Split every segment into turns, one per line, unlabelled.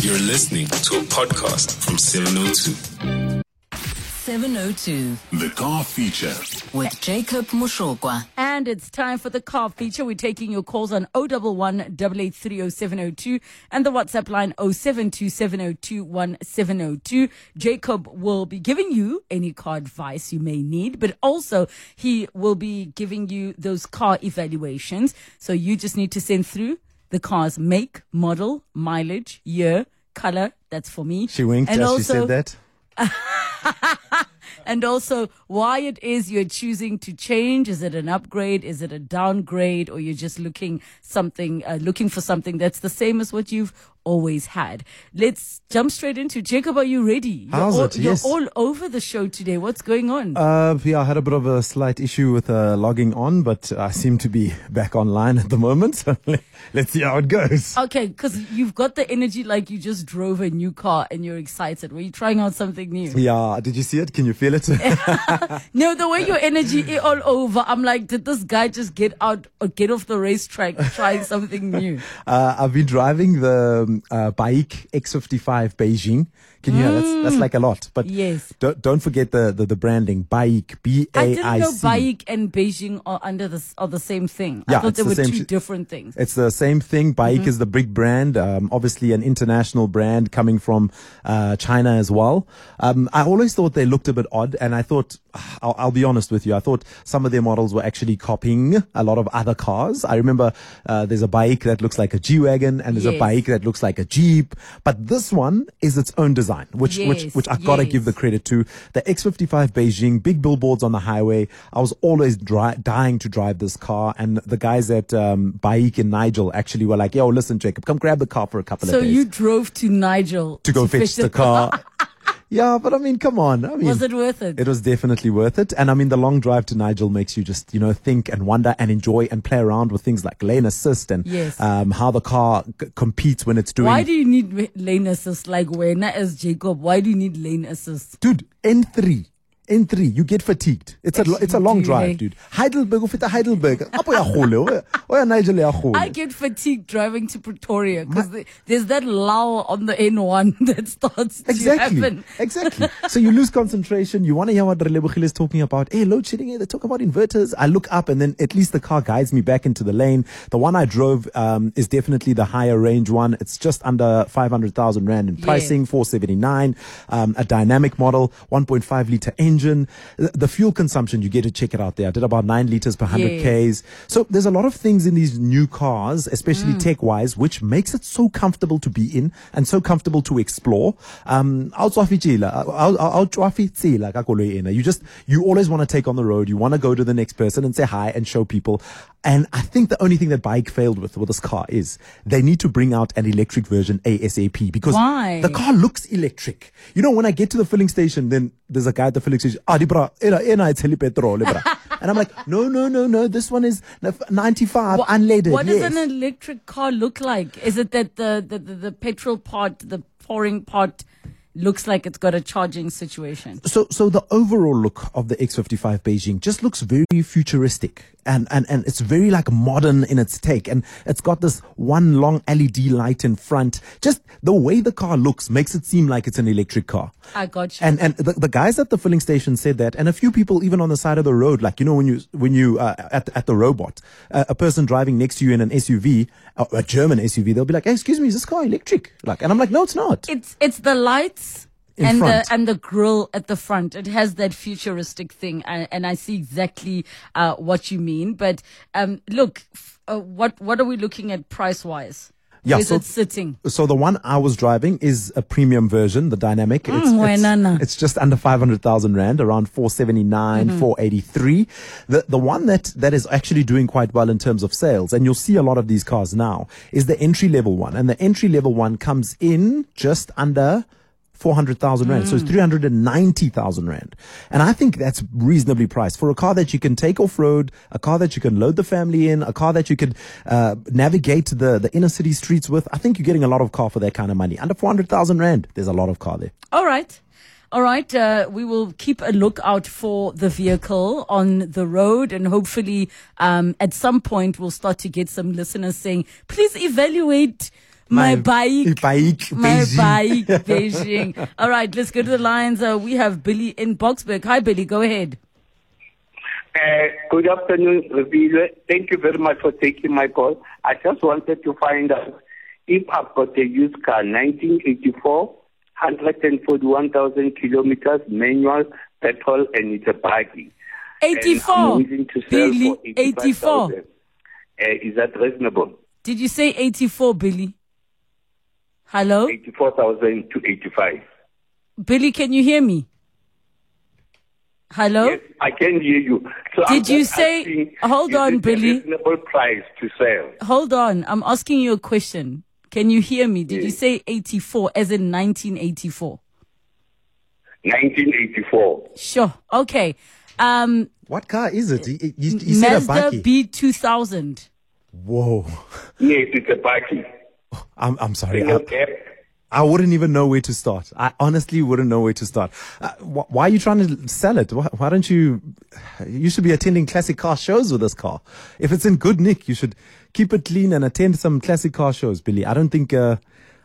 You're listening to a podcast from 702.
702
The car feature.
with Jacob Mushogwa.
And it's time for the car feature. We're taking your calls on 011 8830702 and the WhatsApp line 0727021702. Jacob will be giving you any car advice you may need, but also he will be giving you those car evaluations. So you just need to send through the car's make, model, mileage, year, color. That's for me.
She winked
And
as she
also-
said that.
and also why it is you're choosing to change. Is it an upgrade? Is it a downgrade? Or you're just looking something, uh, looking for something that's the same as what you've always had. Let's jump straight into Jacob. Are you ready?
How's
you're all,
it? Yes.
You're all over the show today. What's going on?
Uh, yeah, I had a bit of a slight issue with uh, logging on, but I seem to be back online at the moment. So let's see how it goes.
Okay, because you've got the energy like you just drove a new car and you're excited. Were you trying out something new?
Yeah, did you see it? Can you feel it?
No, the way your energy is all over, I'm like, did this guy just get out or get off the racetrack trying something new?
uh, I've been driving the um, uh, Baik X55 Beijing. Can you? That's, that's like a lot, but
Mm. Yes.
Don't, don't forget the, the, the branding Baik B
I
A
didn't
I
know
C.
Baik and Beijing are under the s- are the same thing. I
Yeah,
thought
it's
they
the
were
same
two
sh-
different things. Mm-hmm.
It's the same thing. Baik is the big brand, um, obviously an international brand coming from uh, China as well. Um, I always thought they looked a bit odd, and I thought, I'll, I'll be honest with you, I thought some of their models were actually copying a lot of other cars. I remember uh, there's a Baik that looks like a G wagon, and there's
Yes.
a Baik that looks like a Jeep, but this one is its own design, which
Yes,
which which I gotta
yes.
give the credit to. The X55 Beijing, big billboards on the highway. I was always dri- dying to drive this car, and the guys at um, Baik and Nigel actually were like, "Yo, listen, Jacob, come grab the car for a couple
So
of days
you drove to Nigel
to go fetch the car." yeah, but I mean, come on. I mean,
Was it worth it?
It was definitely worth it, and I mean, the long drive to Nigel makes you just you know think and wonder and enjoy and play around with things like lane assist and
Yes.
um, how the car c- competes when it's doing.
Why do you need w- lane assist? Like when as Jacob, why do you need lane assist?
dude, N3. N3, you get fatigued. It's a, lo- it's a long
Dude, eh?
drive, dude. Heidelberg, ufita Heidelberg. Apho uyakhula, oya- oya Nigel uyakhula.
I get fatigued driving to Pretoria because there's that lull on the N1 that starts to
Exactly.
happen.
Exactly. So you lose concentration. You want to hear what Relebochil is talking about. Hey, load shedding. Hey, they talk about inverters. I look up and then at least the car guides me back into the lane. The one I drove um, is definitely the higher range one. It's just under 500,000 Rand in pricing, 479, um, a dynamic model, 1.5 liter engine. The, the fuel consumption, you get to check it out there. I did about 9 liters per 100 Ks. So there's a lot of things in these new cars, especially tech wise, which makes it so comfortable to be in and so comfortable to explore. Um, awutswafitjela, awu- awu- awutswafitsela ka koloi ena. you just, you always want to take on the road. You want to go to the next person and say hi and show people. And I think the only thing that bike failed with, with this car is they need to bring out an electric version ASAP because
Why?
the car looks electric. You know, when I get to the filling station, then there's a guy at the filling station. Ah, di bra, ena, ena, it's heli petrol, eh, bra." And I'm like, no, no, no, no. This one is n- 95
What-
unleaded.
What
yes.
does an electric car look like? Is it that the, the, the, the petrol part, the pouring part, looks like it's got a charging situation?
so, so the overall look of the X55 Beijing just looks very futuristic and, and, and it's very like modern in its take. And it's got this one long LED light in front. Just the way the car looks makes it seem like it's an electric car.
I got you.
And and the, the guys at the filling station said that, and a few people even on the side of the road, like you know when you when you uh, at at the robot, uh, a person driving next to you in an SUV, a, uh, a German SUV, they'll be like, hey, "Excuse me, is this car electric?" Like, and I'm like, "No, it's not."
It's it's the lights
In
and
front.
the and the grill at the front. It has that futuristic thing, and, and I see exactly uh, what you mean. But um, look, f- uh, what what are we looking at price wise?
Yeah,
Where's
so-
it sitting?
So the one I was driving is a premium version, the dynamic. It's,
Mm,
it's-
wena.
it's, just under 500,000 Rand, around 479, 483. The, the one that, that is actually doing quite well in terms of sales, and you'll see a lot of these cars now, is the entry level one. And the entry level one comes in just under 400,000 Rand. So it's 390,000 Rand. And I think that's reasonably priced for a car that you can take off road, a car that you can load the family in, a car that you could uh, navigate the, the inner city streets with. I think you're getting a lot of car for that kind of money. Under 400,000 Rand, there's a lot of car there.
All right. All right, uh, we will keep a lookout for the vehicle on the road, and hopefully, um, at some point, we'll start to get some listeners saying, "Please evaluate My,
My
bike.
bike,
My
Beijing.
bike, Beijing. All right, let's go to the lines. Uh, we have Billy in Boxburg. Hi, Billy. Go ahead.
Uh, Good afternoon, Rabile. Thank you very much for taking my call. I just wanted to find out if I've got a used car, 1984, 141,000 kilometers, manual, petrol, and it's a buggy. And I'm
84.
willing to sell
Billy,
for
84.
85,000. Uh, Is that reasonable?
Did you say 84, Billy? Hello?
84,000 to 85.
Billy, can you hear me? Hello?
Yes, I can hear you. So I'm
Did you
just
say-
asking,
Hold
is
on,
it a
Billy.
reasonable price to sell?
Hold on. I'm asking you a question. Can you hear me? Did you
Yes.
say 84 as in 1984?
1984.
Sure. Okay. Um,
What car is it? He, he, he said a
Mazda
bike.
B2000.
Whoa.
Yes, it's a buggy.
I'm, I'm sorry. I,
Okay.
I wouldn't even know where to start. I honestly wouldn't know where to start. Uh, wh- why are you trying to sell it? Why, why don't you? You should be attending classic car shows with this car. If it's in good nick, you should keep it clean and attend some classic car shows, Billy. I don't think. Uh,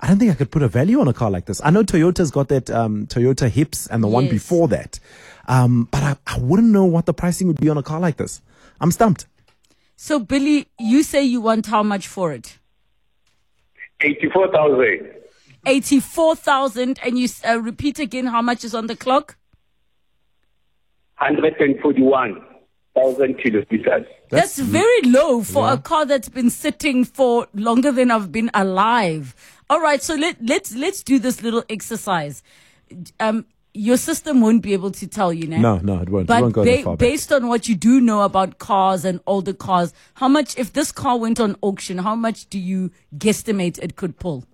I don't think I could put a value on a car like this. I know Toyota's got that um, Toyota Hips and the one
Yes.
before that, um, but I, I wouldn't know what the pricing would be on a car like this. I'm stumped.
So, Billy, you say you want how much for it?
84,000.
84,000. And you s- uh, repeat again how much is on the clock?
141,000 kilometers.
That's, very low for a car that's been sitting for longer than I've been alive. All right, so let let's let's do this little exercise. Um, your system won't be able to tell you now.
No, no, it won't. It
But
won't go that
ba-
far back.
based on what you do know about cars and older cars, how much if this car went on auction, how much do you guesstimate it could pull?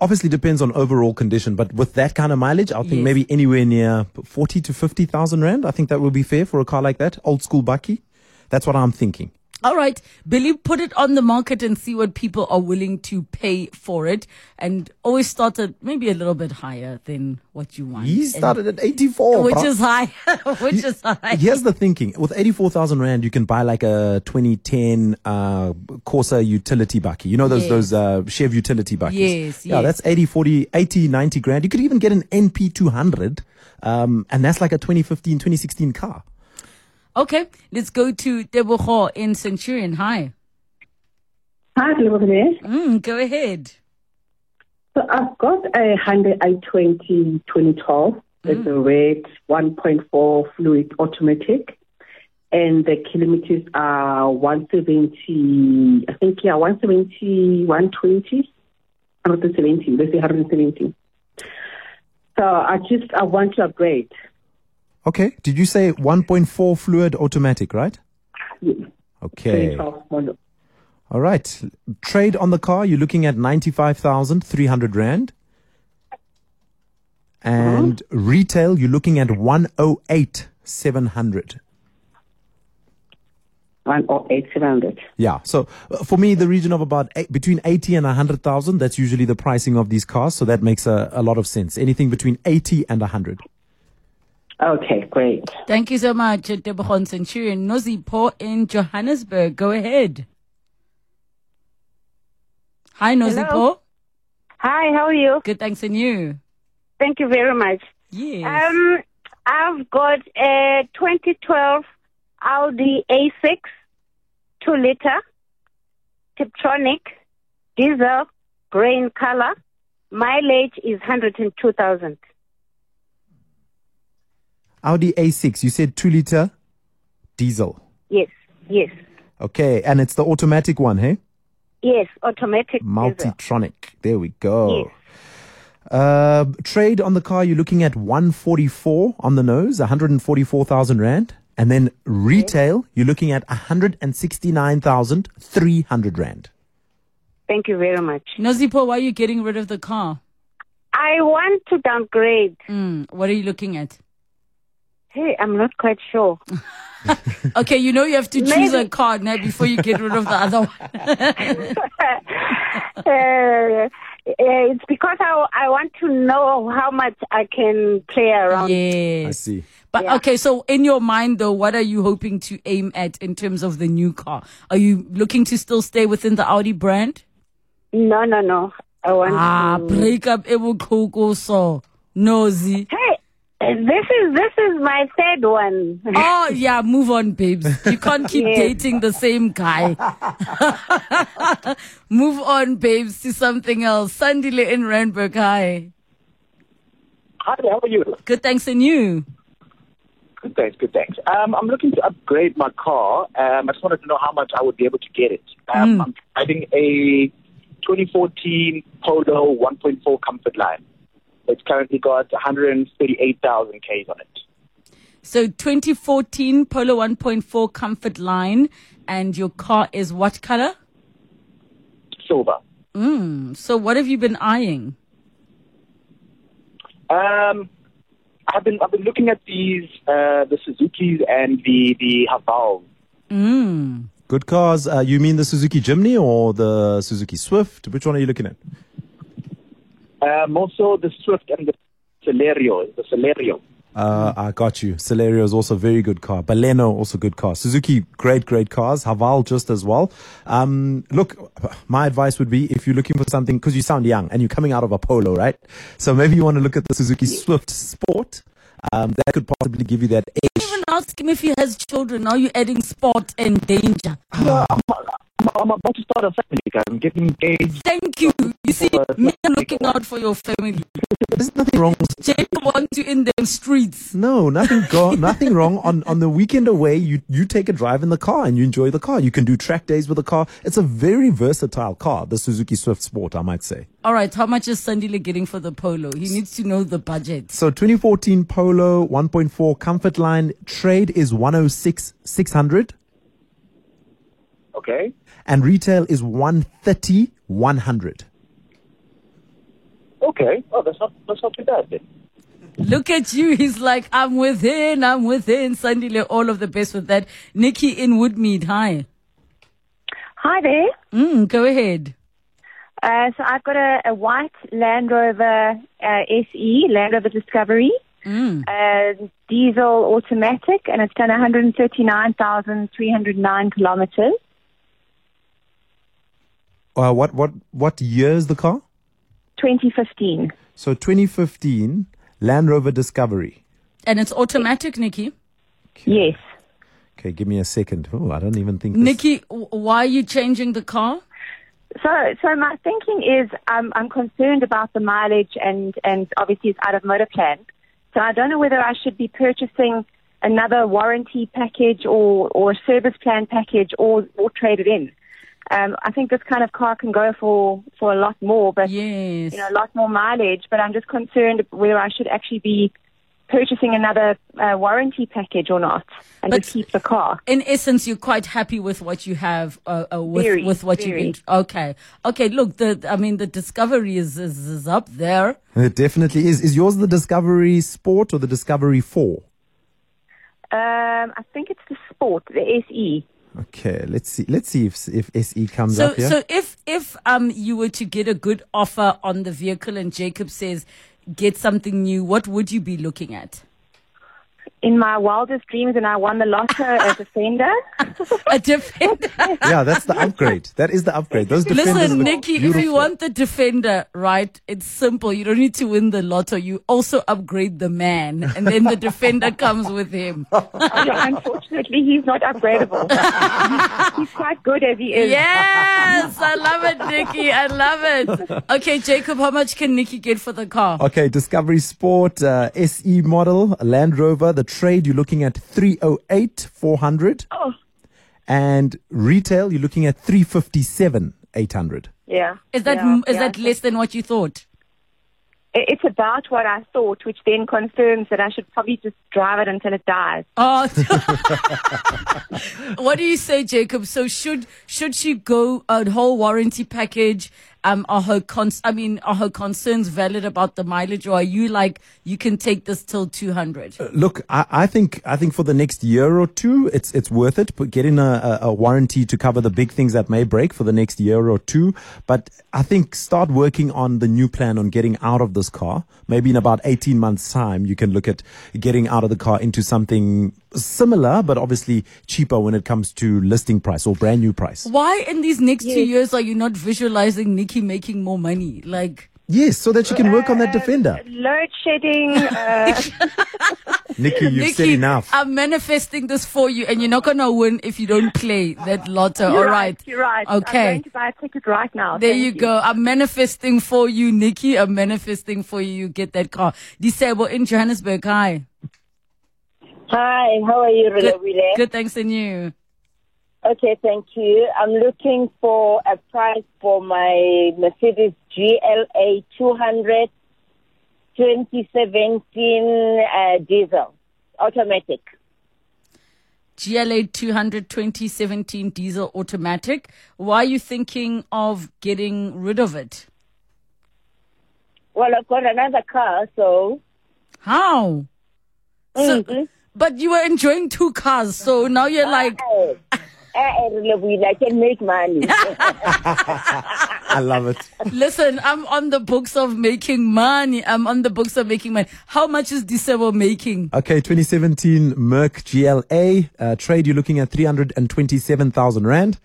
obviously depends on overall condition, but with that kind of mileage, I think
Yes.
maybe anywhere near forty to fifty thousand rand. I think that would be fair for a car like that, old school bucky. That's what I'm thinking.
All right, Billy, put it on the market and see what people are willing to pay for it, and always start at maybe a little bit higher than what you want.
He
And-
started at eighty four,
which is high, which is high.
Here's the thinking: with eighty-four thousand rand, you can buy like a 2010 uh, Corsa utility bucky. You know those
Yes.
those uh, Chev utility buckies.
Yes,
yeah,
yes.
that's 80, 40, 80, 90 grand. You could even get an NP two hundred, um, and that's like a 2015, 2016 car.
Okay, let's go to Deboho in Centurion. Hi.
Hi, Lebogne.
Mm, go ahead.
So I've got a Hyundai i20 2012. It's a red 1.4 fluid automatic. And the kilometers are 170, I think, yeah, 170, 120, 170, let's say 170. So I just, I want to upgrade.
Okay, did you say 1.4 fluid automatic, right?
Yeah,
Okay.
2012 model.
All right. Trade on the car, you're looking at 95,300 Rand. And retail, you're looking at 108,700.
108, 700.
Yeah. So uh, for me, the region of about eight, between 80 and 100,000, that's usually the pricing of these cars. So that makes a, a lot of sense. Anything between 80 and 100.
Okay, great.
Thank you so much, Deboho in Centurion. Nozipo in Johannesburg. Go ahead. Hi, Nozipo.
Hi, how are you?
Good, thanks, and you?
Thank you very much.
Yes.
Um, I've got a 2012 Audi A6, 2 liter, Tiptronic, diesel, grey in color. Mileage is 102,000.
Audi A6, you said 2 liter diesel.
Yes, yes,
Okay. And it's the automatic one, hey?
yes, automatic diesel.
Multitronic. There we go. Uh, trade on the car, you're looking at 144 on the nose, 144,000 Rand. And then retail, you're looking at 169,300 Rand.
Thank you very much.
Nozipo, why are you getting rid of the car?
I want to downgrade.
Mm, what are you looking at?
Hey, I'm not quite sure.
Okay, you know you have to choose a
Maybe-
car now before you get rid of the other one.
uh, it's because I, I want to know how much I can play around.
yes.
see.
But
Yeah.
okay, so in your mind though, what are you hoping to aim at in terms of the new car? Are you looking to still stay within the Audi brand?
No, no, no. I want
Ah,
to.
break up ebukhoko so nosy.
Hey, this is this is my third one.
Oh yeah, move on, babes. You can't keep
Yes.
dating the same guy. move on, babes, to something else. Sandile in Randburg. Hi.
Hi, how are you?
Good thanks and you.
Good thanks, good thanks. Um, I'm looking to upgrade my car. Um, I just wanted to know how much I would be able to get it. Um, I'm driving a 2014 Polo 1.4 Comfort Line. It's currently got 138,000 Ks on it.
So 2014 Polo 1.4 Comfort Line, and your car is what color?
Silver.
So what have you been eyeing?
Um, I've been I've been looking at these uh, the Suzuki's and the the Havals.
Good cars. Uh, you mean the Suzuki Jimny or the Suzuki Swift? Which one are you looking at?
Um, also the Swift and the Celerio. The Celerio.
Uh, I got you. Celerio is also a very good car. Baleno also good car. Suzuki great great cars. Haval just as well. Um, look, my advice would be if you're looking for something because you sound young and you're coming out of a Polo, right? So maybe you want to look at the Suzuki Swift Sport. Um, that could possibly give you that edge.
Even ask him if he has children. Now you're adding sport and danger.
I'm, I'm about to start a family, guys. I'm getting engaged.
Thank you. You see, men are looking out for your family.
There's nothing wrong with
Jacob wants you in them streets.
No, nothing go, nothing wrong. On on the weekend away, you you take a drive in the car and you enjoy the car. You can do track days with the car. It's a very versatile car, the Suzuki Swift Sport, I might say.
All right, how much is Sandile getting for the polo? He needs to know the budget.
So 2014 Polo 1.4 Comfort Line trade is 106 600
Okay.
and retail is 130 100.
Okay. Oh, that's not that's not too bad then.
Look at you. He's like, I'm within, I'm within. Sandile, all of the best with that. Nikki in Woodmead, hi.
Hi there.
Mm, go ahead.
Uh, so I've got a, a white Land Rover uh, SE, Land Rover Discovery, uh, diesel automatic, and it's done 139,309 kilometers.
Uh, what what what year is the car?
2015.
So 2015 Land Rover Discovery.
And it's automatic, Nikki.
Yes.
Okay, give me a second. Oh, I don't even think this-
Nikki, w- why are you changing the car?
So, so my thinking is um, I'm concerned about the mileage and, and obviously it's out of motor plan. So I don't know whether I should be purchasing another warranty package or, or a service plan package or, or trade it in. Um, I think this kind of car can go for, for a lot more, but
Yes.
you know, a lot more mileage. But I'm just concerned whether I should actually be purchasing another uh, warranty package or not and
But-
just keep the car.
in essence, you're quite happy with what you have, uh, uh, with
Very,
with what
very.
you've. In- okay, okay. Look, the I mean, the discovery is is, is up there.
It definitely is. Is yours the Discovery Sport or the Discovery 4?
Um, I think it's the Sport, the E. SE.
Okay, let's see. Let's see if if SE comes
So
up here.
so if if um you were to get a good offer on the vehicle, and Jacob says get something new, what would you be looking at?
in my wildest dreams and I won the lotto as a defender.
A defender.
yeah, that's the upgrade. That is the upgrade. Those defenders.
Listen,
look
Nikki, if you
beautiful.
want the defender, right, it's simple. You don't need to win the lotto. You also upgrade the man, and then the defender comes with him.
Unfortunately, he's not upgradable. he's quite good as he is.
Yes, I love it, Nikki. I love it. Okay, Jacob, how much can Nikki get for the car?
Okay, Discovery Sport uh, SE model Land Rover. The trade you're looking at 308 400,
Oh,
and retail you're looking at 357 800.
yeah.
Is that
yeah,
is
yeah.
that less than what you thought?
It- It's about what I thought, which then confirms that I should probably just drive it until it dies.
Oh, what do you say, Jacob? So should should she go a whole warranty package? Um, are her cons? I mean, are her concerns valid about the mileage, or are you like you can take this till two hundred?
Look, I, I think I think for the next year or two, it's it's worth it. But getting a, a, a warranty to cover the big things that may break for the next year or two. But I think start working on the new plan on getting out of this car. Maybe in about eighteen months' time, you can look at getting out of the car into something similar, but obviously cheaper when it comes to listing price or brand new price.
Why in these next two years are you not visualizing Nikki making more money? Like,
Yes, so that you can work on that defender.
Load shedding. Uh,
Nikki, you've said
Nikki,
enough.
I'm manifesting this for you, and you're not gonna win if you don't play that lotto. All
you're
right.
You're right. I'm
Okay.
going to buy a ticket right now.
There
Thank
you go. I'm manifesting for you, Nikki. I'm manifesting for you. You get that car. Disable in Johannesburg. Hi.
Hi, how are you,
Good,
Relobile?
good thanks and you.
Okay, thank you. I'm looking for a price for my Mercedes GLA 200 2017 uh, diesel, automatic.
GLA 200 2017 diesel automatic. Why are you thinking of getting rid of it?
Well, I've got another car, so.
How? So,
Mm-hmm.
Mhm.
but you were enjoying two cars, so now you're like,
Hey, hey, Relobile, I can make money.
I love it.
listen, I'm on the books of making money. I'm on the books of making money. How much is Disable making?
Okay, 2017 Merck GLA uh, trade. You're looking at 327,000 rand,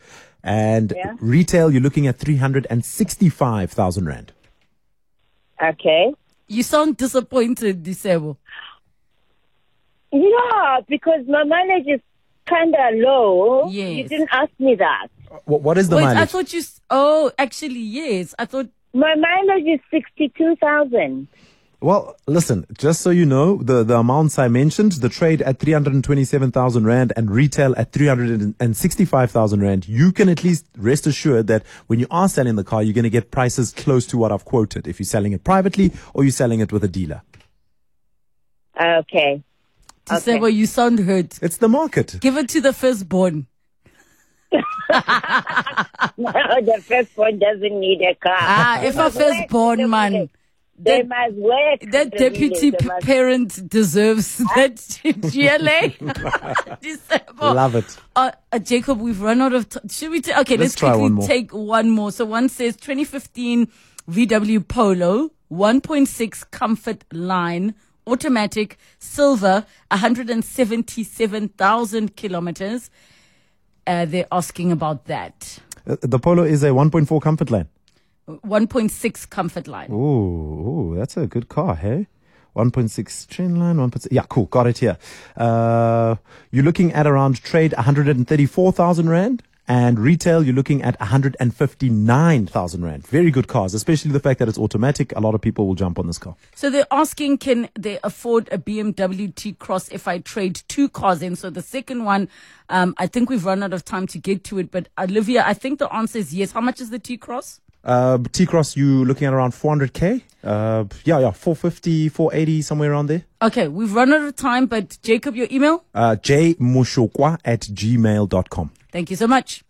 and
Yeah.
retail you're looking at 365,000 rand.
okay.
You sound disappointed, Disable.
Yeah, because my mileage is kind of low.
Yes.
You didn't ask me that.
What, Uh, what is the
Wait, I
mileage?
thought you. s- Oh, actually, yes. I thought
My mileage is 62,000.
well, listen, just so you know, the, the amounts I mentioned, the trade at 327,000 rand and retail at 365,000 rand, you can at least rest assured that when you are selling the car, you're going to get prices close to what I've quoted if you're selling it privately or you're selling it with a dealer.
Okay.
Disable. You sound hurt.
It's the market.
Give it to the firstborn.
No, the first one doesn't need a car.
Ah, if a firstborn man,
They
that,
must work.
that deputy
They
p-
must-
parent deserves that GLA. Disable.
Love it.
Uh, uh, Jacob, we've run out of time. Should we? Ta- okay,
Let's
let's,
try
quickly
one more.
take one more. So one says 2015 VW Polo 1.6 Comfort Line automatic silver 177,000 kilometers. Uh, they're asking about that
Uh, The Polo is a 1.4 comfort line.
1.6 Comfort Line.
Ooh, ooh, that's a good car, hey? 1.6 train line, 1.6. Yeah, cool. Got it here. Uh, you're looking at around trade 134,000 Rand. And retail, you're looking at 159,000 Rand. Very good cars, especially the fact that it's automatic. A lot of people will jump on this car.
So they're asking, can they afford a BMW T Cross if I trade two cars in? So the second one, um, I think we've run out of time to get to it. But Olivia, I think the answer is yes. How much is the T Cross?
Uh, T Cross, you're looking at around 400K. Uh, yeah, yeah, 450, 480, somewhere around there.
Okay, we've run out of time. But Jacob, your email.
Uh, jmushokwa at gmail.com.
Thank you so much.